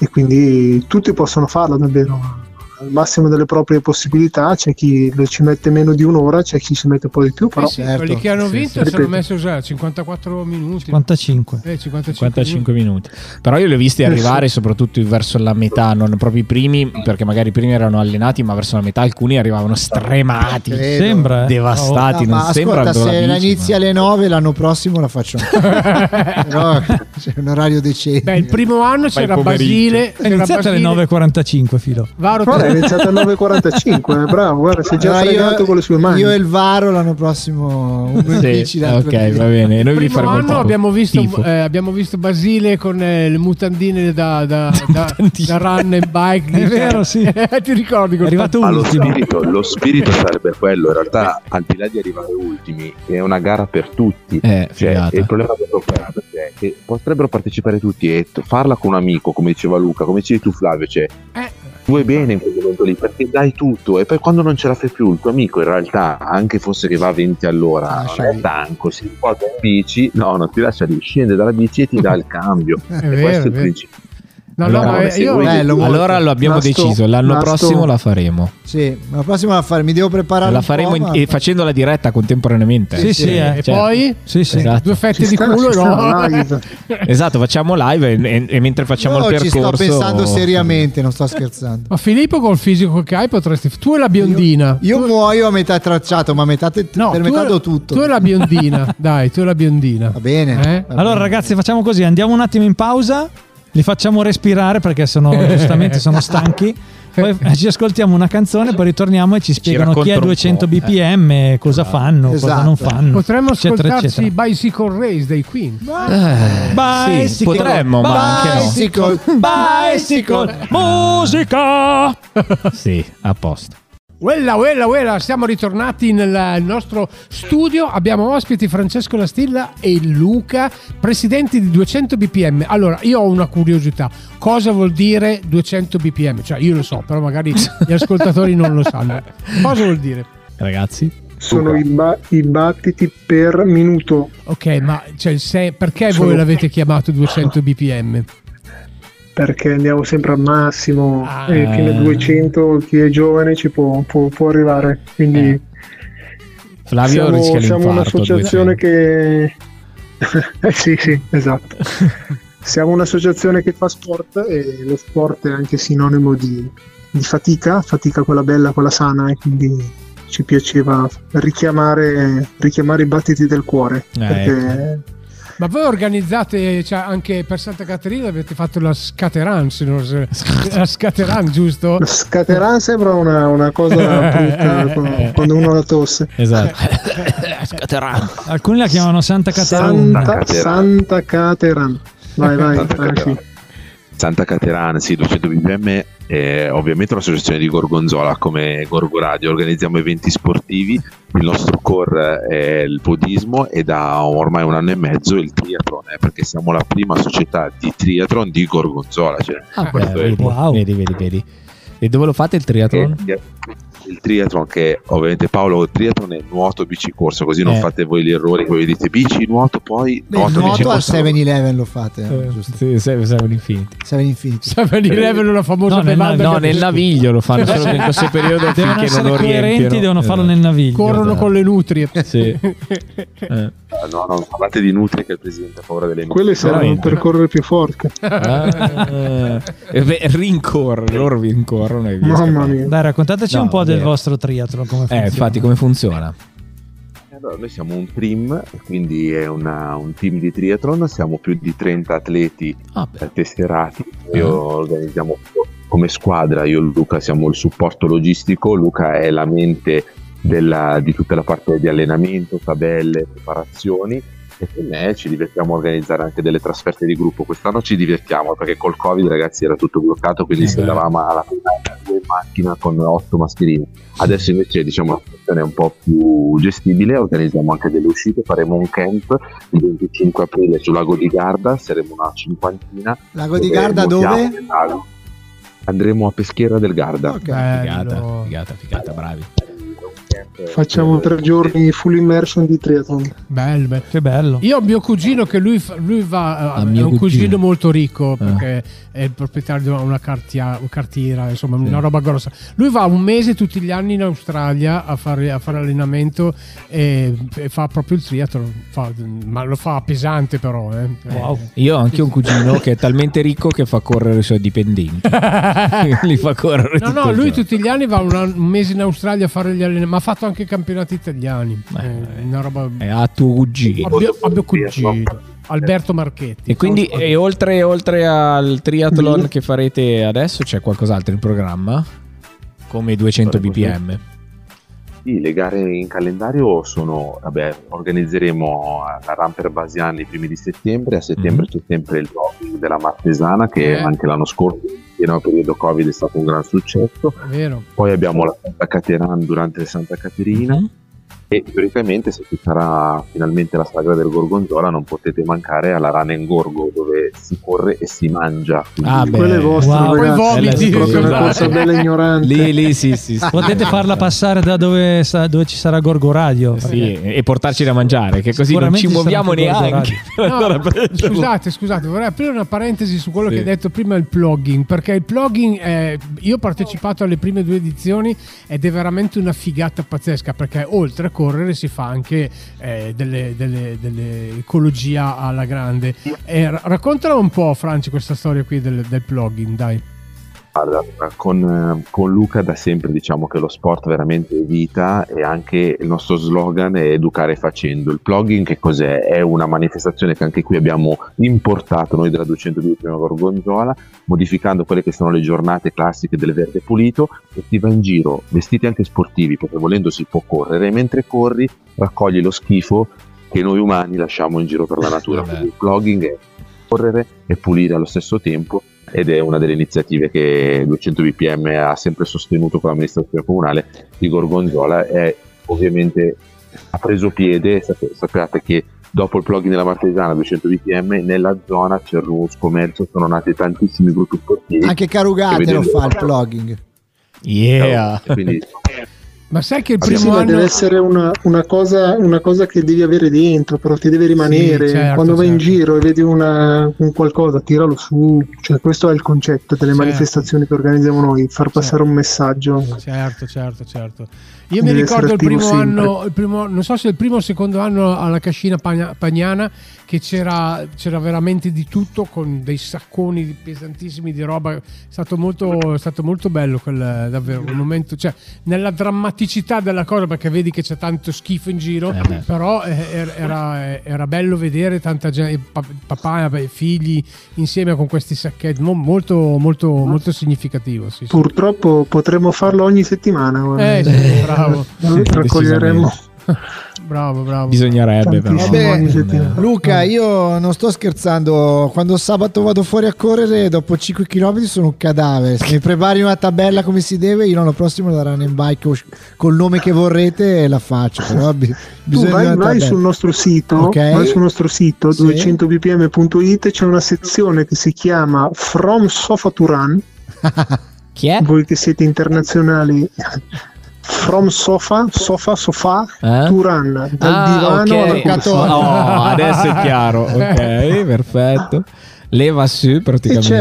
L: e quindi tutti possono farlo davvero al massimo delle proprie possibilità, c'è chi lo ci mette meno di un'ora, c'è chi ci mette un po' di più, però
H: Sì, Quelli che hanno vinto
L: Ripeto,
H: sono messi a usare 54 minuti.
C: 55.
H: Eh, 55,
E: 55 minuti. Però io li ho visti
H: Eh,
E: arrivare soprattutto verso la metà, non proprio i primi, perché magari i primi erano allenati, ma verso la metà alcuni arrivavano stremati,
K: Credo.
C: Sembra, eh.
E: devastati.
K: No,
E: Ah, non
K: ma
E: sembra
K: ascolta,
E: della
K: se la
E: bici,
K: inizi alle 9 l'anno prossimo la faccio anche. Però c'è un orario decente.
H: Beh, il primo anno
C: Fai
H: c'era
C: il pomeriggio.
H: Basile.
C: È iniziata alle 9.45, filo.
H: Varo,
L: Guarda, è iniziato alle 9.45, eh, bravo, guarda, si è già
K: Allora, io-
L: fregato con le sue mani.
K: Io e il Varo l'anno prossimo un
E: Sì,
K: 15 l'altro
E: ok,
K: lì.
E: va bene. Noi vi
H: primo
E: faremo il
H: anno
E: tifo.
H: abbiamo visto,
E: Tifo.
H: eh, abbiamo visto Basile con eh, le mutandine da, da, da, da run and bike. Eh,
C: È vero, sì.
H: Ti ricordi? È
C: arrivato
M: Ma lo spirito, lo spirito sarebbe quello, in realtà al di là di arrivare ultimi è una gara per tutti. Cioè,
E: Eh, figata.
M: il problema che ho imparato è che potrebbero partecipare tutti e t- farla con un amico, come diceva Luca, come dicevi tu Flavio, cioè,
H: Eh,
M: tu è bene in quel momento lì perché dai tutto e poi quando non ce la fai più il tuo amico in realtà, anche fosse che va a 20 all'ora, non è stanco, si riposa in bici, no, non ti lascia lì, scende dalla bici e ti dà il cambio.
H: È
M: E
H: vero,
M: questo è
H: è
M: il
H: vero.
M: principio.
H: No,
M: Allora,
H: no, ma
M: vabbè, se
H: io
M: vuoi-
K: Bello,
E: Allora lo abbiamo
K: Lasto-
E: deciso, l'anno
K: lasto-
E: prossimo la faremo.
K: Sì, l'anno prossimo la faremo, mi devo preparare
E: La
K: un po',
E: faremo in-
K: ma-
E: e facendo la diretta contemporaneamente. Cioè,
K: Sì, sì, eh.
E: certo.
H: E poi?
C: Sì, sì.
E: Esatto.
H: due fette di
L: sta,
H: culo,
L: ci sta,
H: no?
E: Esatto, facciamo live e, e- e mentre facciamo
K: Io
E: il
K: ci
E: percorso.
K: sto pensando seriamente, non sto scherzando.
H: Ma Filippo col fisico che hai potresti... Tu e la biondina.
K: Io muoio a metà tracciato, ma a metà te- per metà
H: tu-
K: do tutto.
H: Tu e la biondina, dai, tu e la biondina. Va
E: Eh?
K: bene.
C: Allora, ragazzi, facciamo così: andiamo un attimo in pausa, li facciamo respirare perché sono giustamente sono stanchi. Poi ci ascoltiamo una canzone, poi ritorniamo e ci spiegano chi è
E: raccontano un
C: 200
E: po', eh. Esatto.
C: BPM, cosa fanno, cosa non fanno.
H: Potremmo
C: Mm. eccetera,
H: ascoltarci
C: eccetera.
H: Bicycle Race dei Queen.
C: Bicycle,
E: sì, potremmo, ma anche no.
K: Bicycle,
C: bicycle, musica.
E: Sì, a posto.
H: Quella, quella, quella, siamo ritornati nel nostro studio. Abbiamo ospiti Francesco Lastilla e Luca, presidenti di 200 BPM. Allora, io ho una curiosità: cosa vuol dire 200 BPM? Cioè, io lo so, però magari gli ascoltatori non lo sanno. Cosa vuol dire?
E: Ragazzi,
L: Sono i, ba- i battiti per minuto
H: Ok, ma cioè, se- perché
L: Sono-
H: voi l'avete chiamato 200 BPM?
L: perché andiamo sempre al massimo e
H: Ah.
L: fino a 200 chi è giovane ci può, può- può arrivare. Quindi
C: Eh.
E: Flavio rischia
L: siamo, siamo
E: Ah, l'infarto.
L: un'associazione che... eh sì, sì, esatto. siamo un'associazione che fa sport e lo sport è anche sinonimo di, di fatica, fatica quella bella, quella sana e quindi ci piaceva richiamare, richiamare i battiti del cuore.
K: Eh,
L: perché
K: ecco.
H: Ma voi organizzate cioè, anche per Santa Caterina? Avete fatto la Scateran? se non se- La Scateran, giusto?
L: La Scateran sembra una, una cosa brutta quando- quando uno ha la tosse.
E: Esatto.
C: Alcuni la chiamano Santa Caterina.
L: Santa, Santa Cateran. Vai, vai,
M: Santa Caterina.
L: Franchi.
M: Santa Caterana, sì, 200 BPM è ovviamente un'associazione di Gorgonzola come Gorgo Radio, organizziamo eventi sportivi, il nostro core è il podismo e da ormai un anno e mezzo il triathlon, eh, perché siamo la prima società di triathlon di Gorgonzola. Cioè,
E: Ah, beh,
M: questo è il
E: vedi, vedi, vedi, vedi. E dove lo fate il triathlon?
M: che- il triathlon che ovviamente Paolo il triathlon è nuoto bici corsa così non
E: Eh.
M: fate voi gli errori voi vedete bici nuoto poi
K: Beh,
M: nuoto,
K: il
M: bici
K: nuoto al
M: corsa
K: 7-Eleven lo fate, eh,
E: Eh,
K: giusto?
E: Sì, se- Seven Infinity.
K: 7 Infinity.
H: Sapeva di Revel una famosa
E: No, nel,
H: bevanda.
E: no,
H: che-
E: nel naviglio lo fanno solo che in questo periodo
C: Devono
E: finché non
C: essere
E: lo
C: coerenti,
E: riempiono.
C: devono farlo
E: Esatto.
C: nel naviglio.
H: Corrono con le nutrie.
E: Sì. Eh.
M: Ah, no no parlate di Nutri che è il presidente a favore delle
L: Quelle servono
E: Veramente.
L: per correre più forte.
E: Ah, eh, beh, rincorrono, loro rincorrono e via.
L: Mamma mia.
C: Dai, raccontateci
E: No,
C: un po' del
E: vero.
C: vostro triathlon. Come
E: Eh,
C: funziona.
E: infatti come funziona?
M: Allora, noi siamo un team, quindi è una- un team di triathlon, siamo più di 30 atleti
E: Ah, beh.
M: eh, tesserati, Io organizziamo come squadra io e Luca siamo il supporto logistico, Luca è la mente della- di tutta la parte di allenamento, tabelle, preparazioni e con me ci divertiamo a organizzare anche delle trasferte di gruppo. Quest'anno ci divertiamo perché col Covid ragazzi era tutto bloccato, quindi se andavamo alla finale in macchina con otto mascherine. Adesso invece diciamo la situazione è un po' più gestibile, organizziamo anche delle uscite, faremo un camp il 25 aprile sul lago di Garda, saremo una cinquantina.
K: Lago di Garda dove?
M: nuotiamo nel lago. Andremo a Peschiera del Garda.
K: Eh,
E: Figata, figata, figata, bravi.
L: Facciamo tre giorni full immersion di triathlon.
H: Bello, bello.
C: Che bello.
H: Io ho mio cugino che lui, fa- lui va, eh,
L: Ah,
H: è un
L: mio
H: cugino.
L: cugino.
H: molto ricco perché è il proprietario di una cartia- cartiera, insomma una roba grossa. Lui va un mese tutti gli anni in Australia a fare, a fare allenamento e, e fa proprio il triathlon, Fa- ma lo fa pesante però. eh.
E: Io ho anche un cugino che è talmente ricco che fa correre i suoi dipendenti. Li fa correre
H: No,
E: tutto
H: no,
E: il
H: lui
E: giorno.
H: tutti gli anni va un, an- un mese in Australia a fare gli allenamenti, ma ha fatto anche i campionati italiani. Eh, una roba...
E: È a tuo cugino.
H: Abbio, abbio cugino, Alberto Marchetti.
E: E quindi, e oltre, oltre al triathlon che farete adesso, c'è qualcos'altro in programma? Come i 200
M: Faremo
E: bpm.
M: Sì, le gare in calendario sono, vabbè, organizzeremo la Ramper Basiani i primi di settembre, a settembre c'è sempre il doping della Martesana che
H: Eh.
M: anche l'anno scorso, in pieno periodo Covid, è stato un gran successo.
H: È vero.
M: Poi abbiamo la Santa Caterina durante Santa Caterina
C: Mhm.
M: e teoricamente se ci sarà finalmente la sagra del Gorgonzola non potete mancare alla Rana in Gorgo dove si corre e si mangia.
C: Ah,
M: Quindi-
C: beh, Quelle vostre, wow, ragazzi, quei vomiti. proprio una
M: Esatto.
C: corsa bella
L: ignorante.
E: Lì, lì, sì, sì. sì.
K: Ah,
C: Potete farla passare da dove, sa- dove ci sarà Gorgo Radio.
E: Sì, e portarci da mangiare, che così non
C: Sicuramente
E: ci
C: ci sarà
E: muoviamo
C: tutto il
E: neanche.
H: No,
E: Allora, prendiamo-
H: scusate, scusate, vorrei aprire una parentesi su quello
E: Sì.
H: che hai detto prima, il plugging, perché il plugging, è- io ho partecipato alle prime due edizioni ed è veramente una figata pazzesca, perché oltre a correre si fa anche eh, delle, delle- delle ecologia alla grande. Eh, ra- raccontala un po', Franci, questa storia qui del, del plugging, dai.
M: Guarda, con, eh, con Luca da sempre diciamo che lo sport veramente è vita e anche il nostro slogan è educare facendo. Il plugging che cos'è? È una manifestazione che anche qui abbiamo importato noi della 202 Prima Gorgonzola, modificando quelle che sono le giornate classiche del verde pulito e si va in giro vestiti anche sportivi perché volendo si può correre e mentre corri raccogli lo schifo che noi umani lasciamo in giro per la natura. Quindi il plugging è correre e pulire allo stesso tempo ed è una delle iniziative che 200 BPM ha sempre sostenuto con l'amministrazione comunale di Gorgonzola e ovviamente ha preso piede, Sap- sappiate che dopo il plugin della Martesana 200 BPM nella zona Cerrus Commercio sono nati tantissimi gruppi sportivi
K: Anche Carugate lo
M: Vedendo-
K: fa il plugging.
E: Yeah.
M: Quindi
H: Ma sai che il
L: Sì,
H: primo
L: sì, ma
H: anno...
L: deve essere una, una cosa, una cosa che devi avere dentro, però ti deve rimanere.
H: Sì, certo,
L: Quando vai in giro e vedi una- un qualcosa, tiralo su. Cioè, questo è il concetto delle
H: Certo.
L: manifestazioni che organizziamo noi, far passare un messaggio.
H: Certo, certo, certo. Io mi
L: Deve
H: ricordo
L: essere
H: il
L: attivo
H: primo
L: sempre.
H: anno, il primo- non so se il primo o secondo anno alla cascina Pagna- Pagnana, che c'era, c'era veramente di tutto con dei sacconi pesantissimi di roba. È stato molto, è stato molto bello quel davvero un momento, cioè nella drammaticità della cosa, perché vedi che c'è tanto schifo in giro, però eh, er- era, era bello vedere tanta gente, pa- papà e figli insieme con questi sacchetti, mo- molto, molto, molto significativo. Sì, sì.
L: Purtroppo potremmo farlo ogni settimana. guarda.
H: Eh, sì, bravo.
L: Noi Raccoglieremmo.
H: Bravo, bravo.
E: Bisognerebbe però.
K: Vabbè, Luca, io non sto scherzando. Quando sabato vado fuori a correre, dopo 5 km sono un cadavere. Se mi prepari una tabella come si deve, io l'anno prossimo la run in bike o- col nome che vorrete la faccio. Però bi-
L: Tu
K: bisogna una
L: vai, vai
K: tabella.
L: sul nostro sito,
K: Ok.
L: vai sul nostro sito
K: Sì.
L: 200bpm.it c'è una sezione che si chiama From Sofa to Run.
E: Chi è?
L: Voi che siete internazionali. From sofa, sofa, sofà,
E: Eh?
L: to run, dal
E: Ah,
L: divano
E: ok.
L: alla console.
E: Oh, adesso è chiaro. Ok, perfetto. Leva su
L: E c'è,
K: Eh,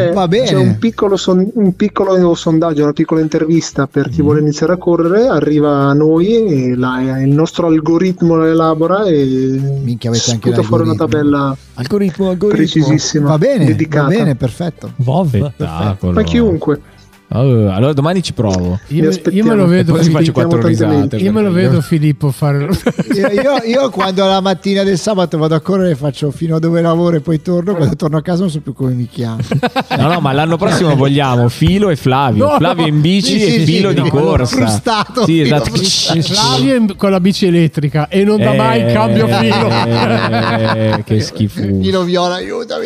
E: praticamente.
L: c'è un, piccolo son- un piccolo sondaggio, una piccola intervista per
E: Mm.
L: chi vuole iniziare a
E: Oh.
L: correre, arriva a noi e la- il nostro algoritmo la elabora e
K: avete anche
L: sputa fuori una
K: l'algoritmo.
L: tabella
K: Algoritmo, algoritmo.
L: precisissima,
K: Va bene, va
L: dedicata.
K: bene, perfetto.
C: Vov.
L: Ma chiunque.
E: Oh, allora domani ci provo.
H: Io, io me lo vedo,
E: Poi ci faccio quattro risate.
H: io me lo
E: perché-
H: vedo Filippo fare
K: Io, io- io quando la mattina del sabato vado a correre faccio fino a dove lavoro e poi torno, quando torno a casa non so più come mi chiamo.
E: No, no, ma l'anno prossimo vogliamo Filo e Flavio.
K: No,
E: Flavio in bici
K: sì, sì,
E: e Filo
K: sì,
E: di
K: no,
E: corsa.
K: frustato,
E: Sì,
K: Filo
E: esatto.
K: frustato.
H: Flavio in- con la bici elettrica e non dà
E: Eh,
H: mai cambio filo.
E: eh, che schifo.
K: Filo viola, aiutami.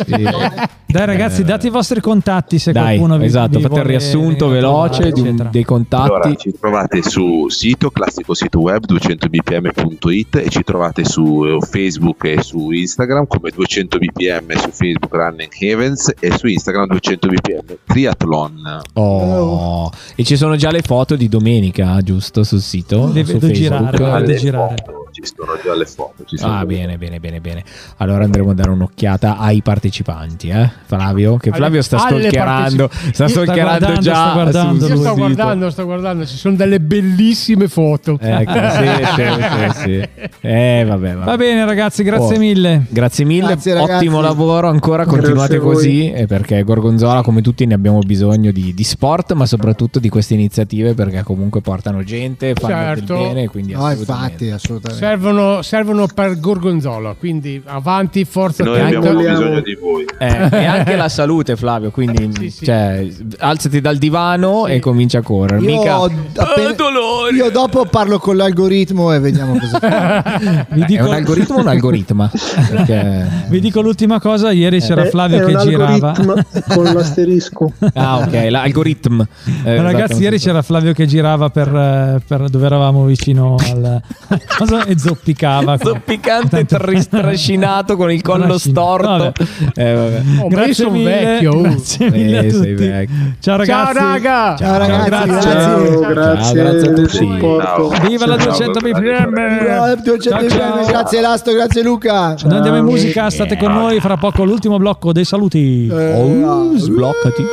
C: Dai ragazzi, date i vostri contatti se
E: Eh. Dai,
C: qualcuno vi
E: esatto,
C: vi
E: fate il
C: vuole-
E: riassunto veloce di un-
C: eccetera.
E: dei contatti.
M: Allora, ci trovate su sito classico sito web 200bpm.it e ci trovate su eh, Facebook e su Instagram come 200bpm su Facebook Running Heavens e su Instagram 200bpm Triathlon.
E: Oh. E ci sono già le foto di domenica, giusto, sul sito?
C: Le
E: su
C: vedo
E: Facebook?
C: girare, le vedo girare.
M: Ci sono già le foto. Ci sono
E: Ah, bene, bene, bene, bene. Allora andremo a dare un'occhiata ai partecipanti, eh? Flavio, che
H: Alle-
E: Flavio sta
H: alle
E: stalkerando,
H: partecipanti.
E: sta
H: Io- sta
E: stalkerando
C: guardando,
E: già
C: sta guardando
E: sul
H: Io sto
E: sito.
H: guardando, sto guardando, ci sono delle bellissime foto.
E: Eh. Ecco, sì, sì, sì, sì. Eh, vabbè, vabbè.
C: Va bene ragazzi, grazie
E: Oh,
C: mille.
E: Grazie mille,
K: Grazie, ragazzi.
E: ottimo lavoro ancora,
K: Grazie
E: continuate
K: a voi.
E: così eh, perché Gorgonzola come tutti ne abbiamo bisogno di, di sport ma soprattutto di queste iniziative perché comunque portano gente, fanno
H: Certo.
E: del bene quindi
K: No,
E: assolutamente.
K: infatti, assolutamente.
H: Servono, servono per Gorgonzola, quindi avanti, forza.
M: Noi
H: tanto.
M: abbiamo bisogno di voi.
E: Eh, e anche la salute Flavio,
C: Eh,
E: quindi cioè, alzati dal divano e comincia a correre.
K: Io,
E: Mica...
K: ho
C: Ah,
K: appena-
E: Ah,
K: io dopo parlo con l'algoritmo e vediamo cosa fa.
C: Vi
E: È
C: dico,
E: un algoritmo o un algoritma? Perché-
C: vi dico l'ultima cosa, ieri c'era
L: Eh, È-
C: Flavio
L: è
C: che
L: un
C: girava.
L: algoritmo
E: Eh,
L: con l'asterisco.
E: Ah ok, l'algoritmo. Eh,
C: Ragazzi, ieri c'era Flavio che girava per, eh, per dove eravamo vicino al cosa e zoppicava.
E: Zoppicante trascinato con il collo
C: Trascina-
E: storto.
C: Vabbè.
E: Eh, vabbè.
H: Oh, ma io
C: Grazie
H: sono
C: mille,
H: vecchio. oh.
C: grazie mille a
E: Eh, sei
C: tutti.
E: vecchio.
C: Ciao
H: Ciao
C: ragazzi.
H: raga.
K: Ciao ragazzi,
C: Grazie.
K: grazie.
L: Ciao,
E: Ciao,
L: grazie,
E: grazie a
L: del
E: tutti.
L: supporto.
C: Viva la 200
K: Grazie,
C: BPM. Ciao, ciao.
K: Grazie Elasto, grazie Luca.
C: Noi andiamo in musica, state con noi fra poco l'ultimo blocco dei saluti.
E: Oh, sbloccati.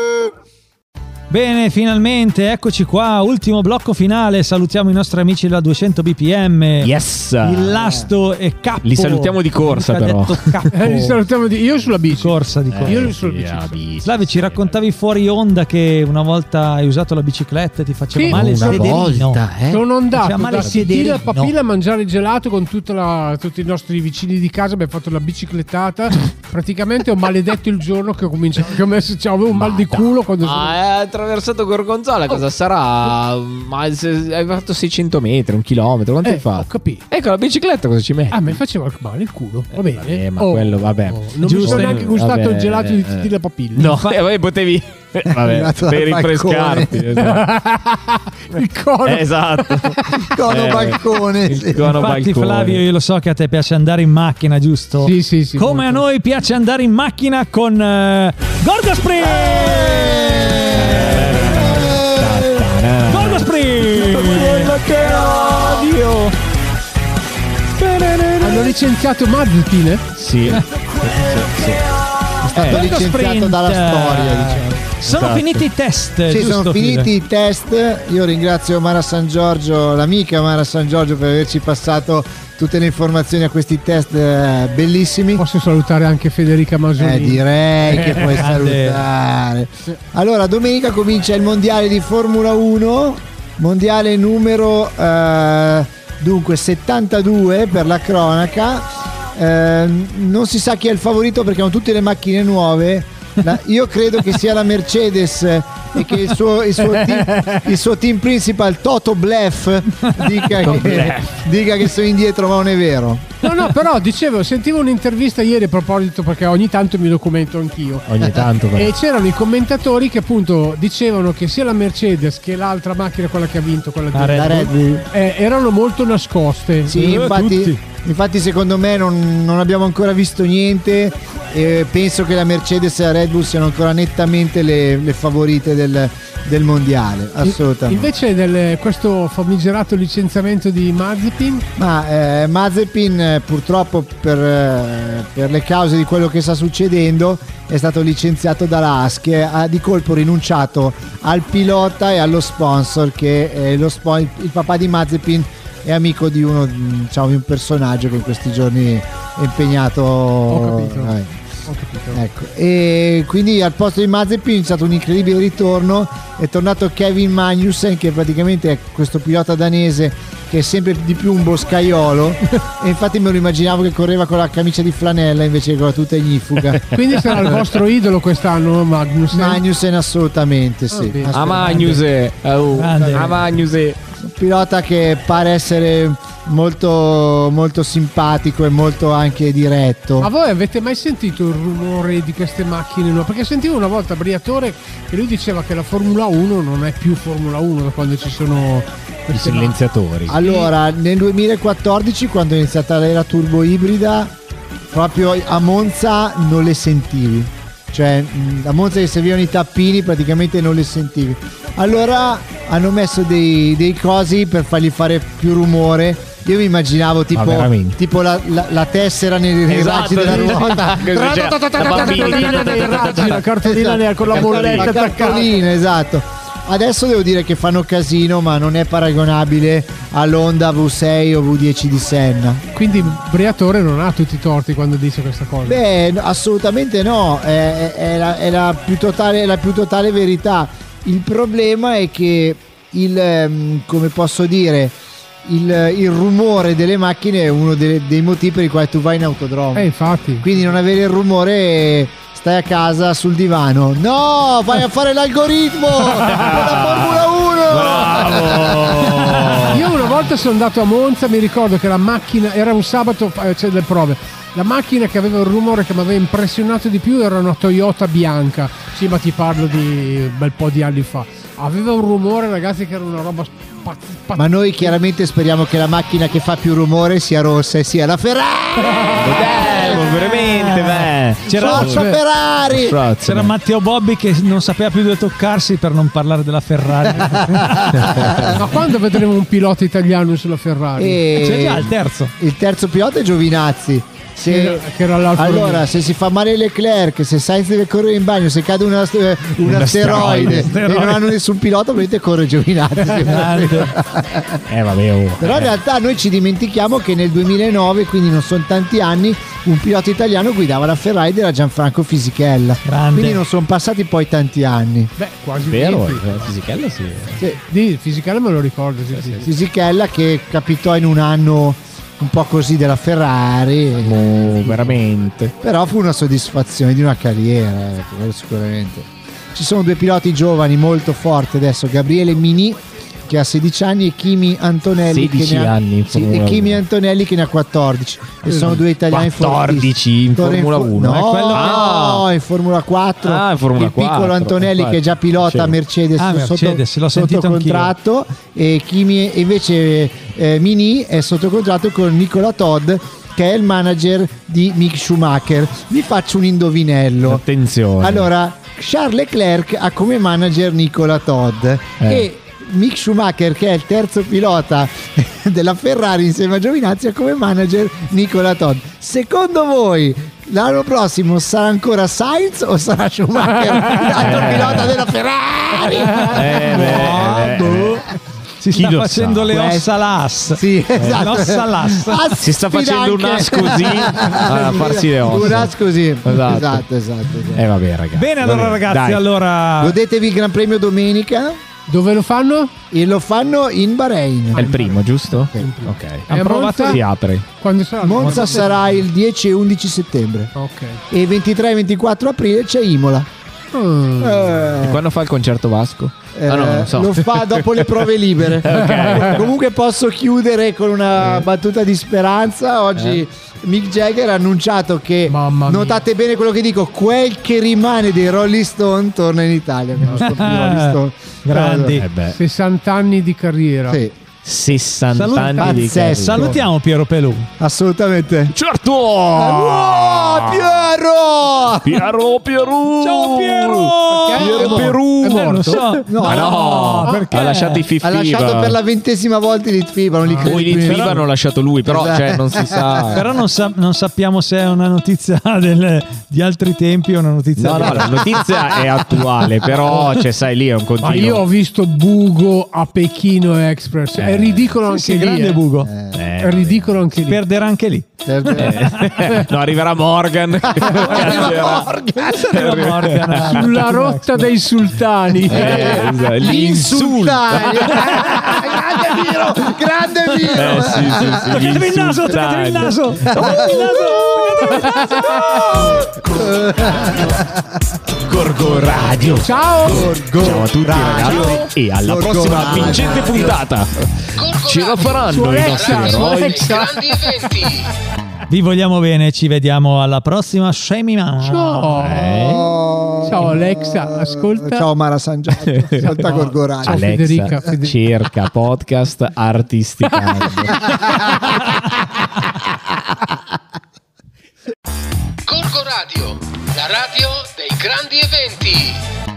C: Bene, finalmente, eccoci qua, ultimo blocco finale. Salutiamo i nostri amici della 200 BPM.
E: Yes.
C: Il Lasto e K.
E: Li salutiamo di corsa, però.
H: Eh,
C: Cappo.
H: li salutiamo di- io sulla bici.
C: corsa di
E: Eh.
C: corsa.
H: io sulla bici.
C: Slavio, ci raccontavi fuori onda che una volta hai usato la bicicletta e ti faceva
H: Sì.
C: male il
H: Una
C: sederino.
E: Eh?
H: Sono andato
C: Faceva male
H: da
C: il
H: Sicilia a
C: sederino.
H: Papilla a mangiare il gelato con tutta la- tutti i nostri vicini di casa. Abbiamo fatto la biciclettata. Praticamente ho maledetto il giorno che ho cominciato. Che ho messo, cioè, avevo un mal di culo quando sono.
E: Ah, è attraversato Gorgonzola, cosa sarà? Ma se- hai fatto 600 metri, un chilometro, quanto
H: Eh,
E: hai fatto?
H: ho capito.
E: Ecco, la bicicletta cosa ci metti?
H: Ah, mi faceva male il culo. Va bene.
E: Eh, ma
H: Oh,
E: quello, vabbè.
H: oh, non mi sono neanche gustato
E: Vabbè,
H: il gelato
E: eh,
H: di tutti la papilla.
E: No, eh, vabbè, potevi... Vabbè,
K: Arrivato
E: per
K: dal
E: rinfrescarti. Esatto.
H: Il cono.
E: Eh, esatto.
K: Il cono
E: Eh,
K: balcone.
E: il
K: sì.
E: cono
C: Infatti,
E: balcone.
C: Flavio, io lo so che a te piace andare in macchina,
E: esatto.
C: giusto?
H: Sì, sì, sì.
C: Come a
H: molto.
C: noi piace andare in macchina con eh, Gorgo Spring! Gorgo Eh, Spring! Quello che odio!
H: Hanno licenziato Mazzutin, eh?
E: Sì.
K: È
C: Gorgo
K: Eh, licenziato
C: Sprint.
K: dalla storia, diciamo.
C: Sono finiti i test.
K: Sì,
C: giusto,
K: sono
C: Fide?
K: finiti i test. Io ringrazio Mara San Giorgio, l'amica Mara San Giorgio, per averci passato tutte le informazioni a questi test eh, bellissimi.
H: Posso salutare anche Federica Masoni.
K: Eh, direi che puoi
C: Eh,
K: salutare. Allora, domenica comincia il mondiale di Formula 1, mondiale numero eh, dunque 72 per la cronaca. Eh, non si sa chi è il favorito perché hanno tutte le macchine nuove. La- io credo che sia la Mercedes e che il suo, il suo team, il suo team principal Toto Bleff dica, che, dica che sono indietro, ma non è vero.
H: No, no, però dicevo, sentivo un'intervista ieri a proposito, perché ogni tanto mi documento anch'io.
E: Ogni tanto. però.
H: E c'erano i commentatori che appunto dicevano che sia la Mercedes che l'altra macchina, quella che ha vinto, quella
C: La
H: di
K: La Red Bull.
H: eh, erano molto nascoste. Eh,
K: Sì, infatti, infatti secondo me non, non abbiamo ancora visto niente e penso che la Mercedes e la Red Bull siano ancora nettamente le, le favorite del, del mondiale, assolutamente.
H: Invece del questo famigerato licenziamento di Mazepin,
K: Ma eh, Mazepin eh, purtroppo per, eh, per le cause di quello che sta succedendo è stato licenziato dalla ASC e ha di colpo rinunciato al pilota e allo sponsor che eh, lo spo- il, il papà di Mazepin è amico di uno, mm, diciamo, di un personaggio che in questi giorni è impegnato.
H: Ho capito.
K: eh, Ecco, e quindi al posto di Mazepin è stato un incredibile ritorno, è tornato Kevin Magnussen che praticamente è questo pilota danese che è sempre di più un boscaiolo e infatti me lo immaginavo che correva con la camicia di flanella invece che con la tuta ignifuga.
H: Quindi sarà il vostro idolo quest'anno eh? Magnussen?
K: Magnussen assolutamente sì.
H: bene.
E: A Magnuse, au.
K: Grande.
E: a Magnuse.
K: Un pilota che pare essere molto, molto simpatico e molto anche diretto.
H: Ma voi avete mai sentito il rumore di queste macchine? No, perché sentivo una volta Briatore che lui diceva che la Formula 1 non è più Formula 1 da quando ci sono
N: I
H: queste
N: silenziatori.
K: Allora, nel 2014, quando è iniziata l'era turbo ibrida, proprio a Monza non le sentivi. Cioè, mh, a Monza che servivano i tappini praticamente non le sentivi. Allora hanno messo dei, dei cosi per fargli fare più rumore. Io mi immaginavo tipo,
N: veramente?
K: tipo la, la- la tessera nei nei
E: Esatto,
K: raggi della ruota.
H: la
K: cartolina nera con Esatto. la bolletta la cartolina esatto adesso devo dire che fanno casino ma non è paragonabile all'Honda V6 o V10 di Senna
H: quindi Briatore non ha tutti i torti quando dice questa cosa
K: beh no, assolutamente no è, è- è la, è la più totale, è la più totale verità il problema è che il ehm, come posso dire il, il rumore delle macchine è uno delle- dei motivi per i quali tu vai in autodromo
H: eh infatti
K: quindi non avere il rumore stai a casa sul divano no vai a fare l'algoritmo Formula 1
H: Io una volta sono andato a Monza, mi ricordo che la macchina, era un sabato, eh, c'è delle prove. La macchina che aveva il rumore che mi aveva impressionato di più era una Toyota bianca. Sì, ma ti parlo di un bel po' di anni fa. Aveva un rumore, ragazzi, che era una roba pazz- pazz-
K: ma noi chiaramente speriamo che la macchina che fa più rumore sia rossa e sia la Ferrari
E: veramente,
K: C'era- Forza Ferrari!
C: C'era Matteo Bobbi che non sapeva più dove toccarsi per non parlare della Ferrari.
H: Ma quando vedremo un pilota italiano sulla Ferrari?
K: E- Il terzo pilota è Giovinazzi. Se-
H: Che era- che era l'Alfa
K: allora,
H: Romeo.
K: se si fa male Leclerc, se Sainz deve correre in bagno, se cade una- eh, un,
N: Un
K: asteroide,
N: asteroide.
K: e non hanno nessun pilota, ovviamente corre Giovinazzi.
N: Eh vabbè, oh.
K: Però in realtà noi ci dimentichiamo che nel 2009, quindi non sono tanti anni, un pilota italiano guidava la Ferrari ed era Gianfranco Fisichella. Quindi non sono passati poi tanti anni.
H: Beh, quasi
K: Vero,
N: Fisichella sì.
H: Di Fisichella me lo ricordo. sì, sì.
K: Fisichella che capitò in un anno un po' così della Ferrari.
E: veramente.
K: Però fu una soddisfazione di una carriera, ecco, quello sicuramente. Ci sono due piloti giovani molto forti adesso, Gabriele Mini che ha 16 anni e Kimi Antonelli
N: 16
K: che ne ha,
N: anni in
K: sì, e
N: Formula
K: Kimi Antonelli che ne ha 14 e sono due italiani
E: 14 Eh, in
K: fortissimi.
E: Formula
K: Torre
E: 1.
K: no,
E: Eh, quello-
K: no, in Formula 4
E: Ah, in Formula
K: il piccolo
E: 4,
K: Antonelli
E: infatti.
K: che è già pilota
E: Sì.
K: Mercedes,
E: Ah, Mercedes,
K: sotto,
E: l'ho
K: sotto
E: sentito anch'io.
K: contratto e Kimi e invece eh, Mini è sotto contratto con Nicola Todd che è il manager di Mick Schumacher. Vi faccio un indovinello.
E: Attenzione.
K: Allora, Charles Leclerc ha come manager Nicola Todd e Mick Schumacher che è il terzo pilota della Ferrari insieme a Giovinazzi ha come manager Nicola Todd. Secondo voi l'anno prossimo sarà ancora Sainz o sarà Schumacher l'altro pilota della Ferrari?
C: Si sta facendo le ossa las.
K: Sì, esatto.
C: L'ossa las.
K: Si sta facendo un as così
E: a farsi le ossa.
K: Un as così.
E: Esatto.
K: Esatto, esatto. esatto.
E: Eh vabbè, ragazzi.
C: Bene, allora,
E: Vabbè,
C: ragazzi,
E: dai.
C: allora.
K: Godetevi il Gran Premio domenica.
H: Dove lo fanno?
K: E lo fanno in Bahrain.
E: È il primo, giusto? Ok.
K: Hanno provato-
E: Si apre.
H: Eh, Quando sarà?
K: Monza sarà il 10 e 11 settembre.
H: Ok.
K: E 23 e 24 aprile c'è Imola.
E: E
K: Eh,
E: quando fa il concerto Vasco?
K: eh,
E: Ah, no, non so.
K: Lo fa dopo le prove libere. Comunque posso chiudere con una battuta di speranza. Oggi
E: Eh.
K: Mick Jagger ha annunciato che, notate bene quello che dico, quel che rimane dei Rolling Stone torna in Italia. che non sono più Rolling Stone.
E: Eh beh.
H: 60 anni di carriera.
K: Sì.
E: 60
K: Salut-
E: anni di
K: pazzesco.
E: carriera.
K: Salutiamo
C: Piero Pelù.
K: Assolutamente.
E: Certo!
K: Piero!
E: Piero, Piero!
K: Ciao Piero!
E: Piero Perù!
H: Eh,
K: non so. No,
E: Ma Ah, no, Ah, perché? ha lasciato i Fifi.
K: Ha lasciato per la ventesima volta i Litfiba, non li credo
E: Poi
K: più.
E: Litfiba hanno lasciato lui, però cioè, non si sa.
C: Però non, sa- non sappiamo se è una notizia del- di altri tempi o una notizia
E: No, no,
C: di-
E: la notizia è attuale, però cioè, sai lì è un
H: Ma io
E: continuo.
H: ho visto Bugo a Pechino Express, è ridicolo anche
C: Sì, sì,
H: lì.
C: grande
H: eh.
C: buco.
E: Eh, Eh,
H: ridicolo anche lì.
C: Perderà anche lì.
E: Eh, no, arriverà Morgan.
H: Arriva
K: Ah,
E: Arriva-
H: Morgan. Sulla rotta dei sultani.
E: Eh, esatto, gli
K: Insultani. grande Miro, grande Miro.
E: Eh, sì, sì, sì, gli
C: Toccatemi il naso,
E: insultati.
C: toccatemi il naso. Toccatemi il
E: Gorgo Radio.
H: Ciao.
E: Eh. Ciao a tutti ragazzi e alla
N: Gorgo
E: prossima
N: Radio.
E: vincente puntata. Ce la faranno i nostri eroi.
C: naso. Vi vogliamo bene, ci vediamo alla prossima. Shame
H: Ciao.
E: Eh.
H: Ciao Alexa, ascolta.
K: Ciao Mara San Giorgio, ascolta Gorgorani.
E: Alexa, cerca podcast artistica.
A: Corco Radio, la radio dei grandi eventi.